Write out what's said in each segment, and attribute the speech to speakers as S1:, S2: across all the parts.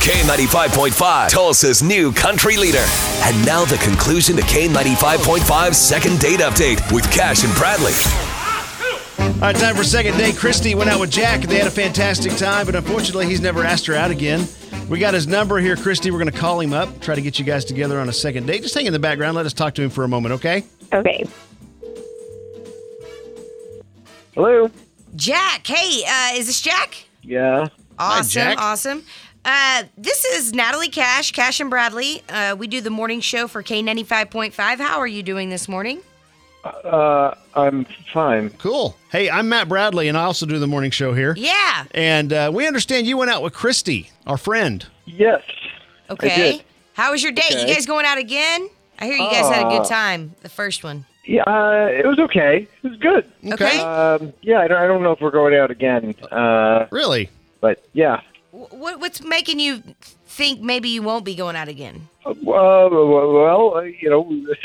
S1: K95.5, Tulsa's new country leader. And now the conclusion to K95.5's second date update with Cash and Bradley.
S2: All right, time for second date. Christy went out with Jack. They had a fantastic time, but unfortunately, he's never asked her out again. We got his number here, Christy. We're going to call him up, try to get you guys together on a second date. Just hang in the background. Let us talk to him for a moment, okay?
S3: Okay. Hello.
S4: Jack, hey, uh, is this Jack?
S3: Yeah.
S4: Awesome,
S2: Jack.
S4: awesome. Uh, this is Natalie Cash, Cash and Bradley. Uh, we do the morning show for K95.5. How are you doing this morning?
S3: Uh, I'm fine.
S2: Cool. Hey, I'm Matt Bradley, and I also do the morning show here.
S4: Yeah.
S2: And uh, we understand you went out with Christy, our friend.
S3: Yes.
S4: Okay.
S3: did.
S4: How was your date? You
S3: Okay.
S4: guys going out again? I hear you guys had
S2: Uh.
S4: a good time, the first one.
S3: Yeah. Uh, it was okay. It was good.
S4: Okay. Uh,
S3: Um, yeah. I don't, I don't know if we're going out again. Uh,
S2: Really?
S3: but yeah.
S4: Wh- What, what's making you think maybe you won't be going out again?
S3: Uh, well, uh, you know, it's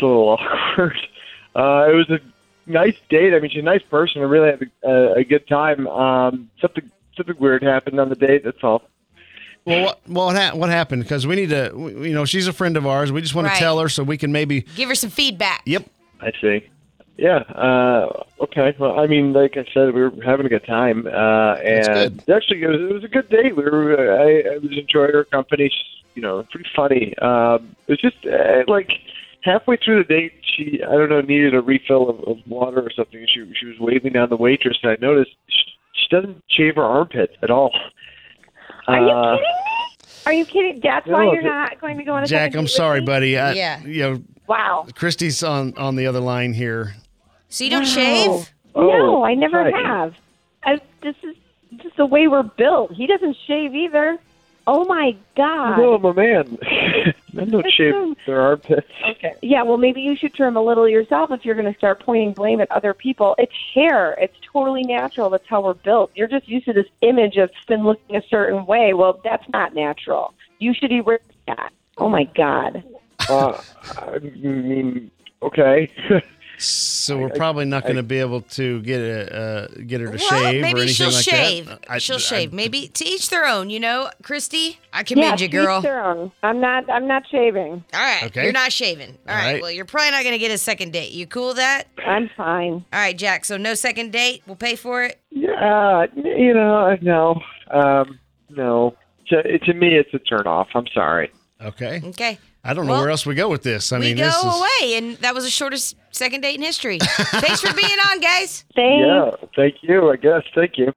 S3: a little awkward. Uh, it was a nice date. I mean, she's a nice person. I really had a, a, a good time. Um, something something weird happened on the date. That's all.
S2: Well, what, well, what, ha- what happened? Because we need to, we- you know, she's a friend of ours. We just want
S4: Right.
S2: to tell her so we can maybe.
S4: Give her some feedback.
S2: Yep.
S3: I see. Yeah. Uh, okay. Well, I mean, like I said, we were having a good time, uh,
S2: That's
S3: and actually, it was, it was a good date. We were. uh, I, I was enjoying her company. She's, you know, pretty funny. Um, it was just uh, like halfway through the date, she I don't know needed a refill of, of water or something. and She she was waving down the waitress, and I noticed she, she doesn't shave her armpits at all.
S5: Are you
S3: Uh,
S5: kidding me? Are you kidding? That's why
S3: No,
S5: you're
S3: but-
S5: not going to go on a
S2: Jack,
S5: second date
S2: I'm
S5: with
S2: sorry,
S5: me?
S2: buddy. I,
S4: Yeah.
S2: You know,
S5: Wow.
S2: Christy's on on the other line here.
S4: So you don't shave?
S2: Oh,
S5: no, I never
S3: oh, right.
S5: have. I, this is just the way we're built. He doesn't shave either. Oh my god.
S2: Oh,
S3: No, I'm a man. Men don't shave their armpits.
S5: Okay. Yeah, well, maybe you should trim a little yourself if you're going to start pointing blame at other people. It's hair. It's totally natural. That's how we're built. You're just used to this image of thin looking a certain way. Well, that's not natural. You should erase that. Oh my god.
S3: Uh, I mean, okay.
S2: So we're probably not going to be able to get a, uh, get her to
S4: well,
S2: shave or
S4: maybe
S2: anything
S4: she'll
S2: like
S4: shave.
S2: that. I-
S4: she'll
S2: I-
S4: shave. Maybe to each their own, you know, Christy? I
S5: yeah,
S4: commend
S5: to
S4: you, girl.
S5: each their own. I'm not. I'm not shaving.
S4: All right.
S2: Okay.
S4: You're not shaving.
S2: All
S4: All right.
S2: right.
S4: Well, you're probably not going to get a second date. You cool with that?
S5: I'm fine.
S4: All right, Jack. So no second date. We'll pay for it.
S3: Yeah, you know, no, um, no. To, to me, it's a turnoff. I'm sorry.
S2: Okay.
S4: Okay.
S2: I don't know
S4: Well,
S2: where else we go with this. I
S4: we
S2: mean,
S4: go
S2: this is
S4: away. And that was the shortest second date in history. Thanks for being on, guys.
S5: Thanks.
S3: Yeah, thank you. I guess thank you.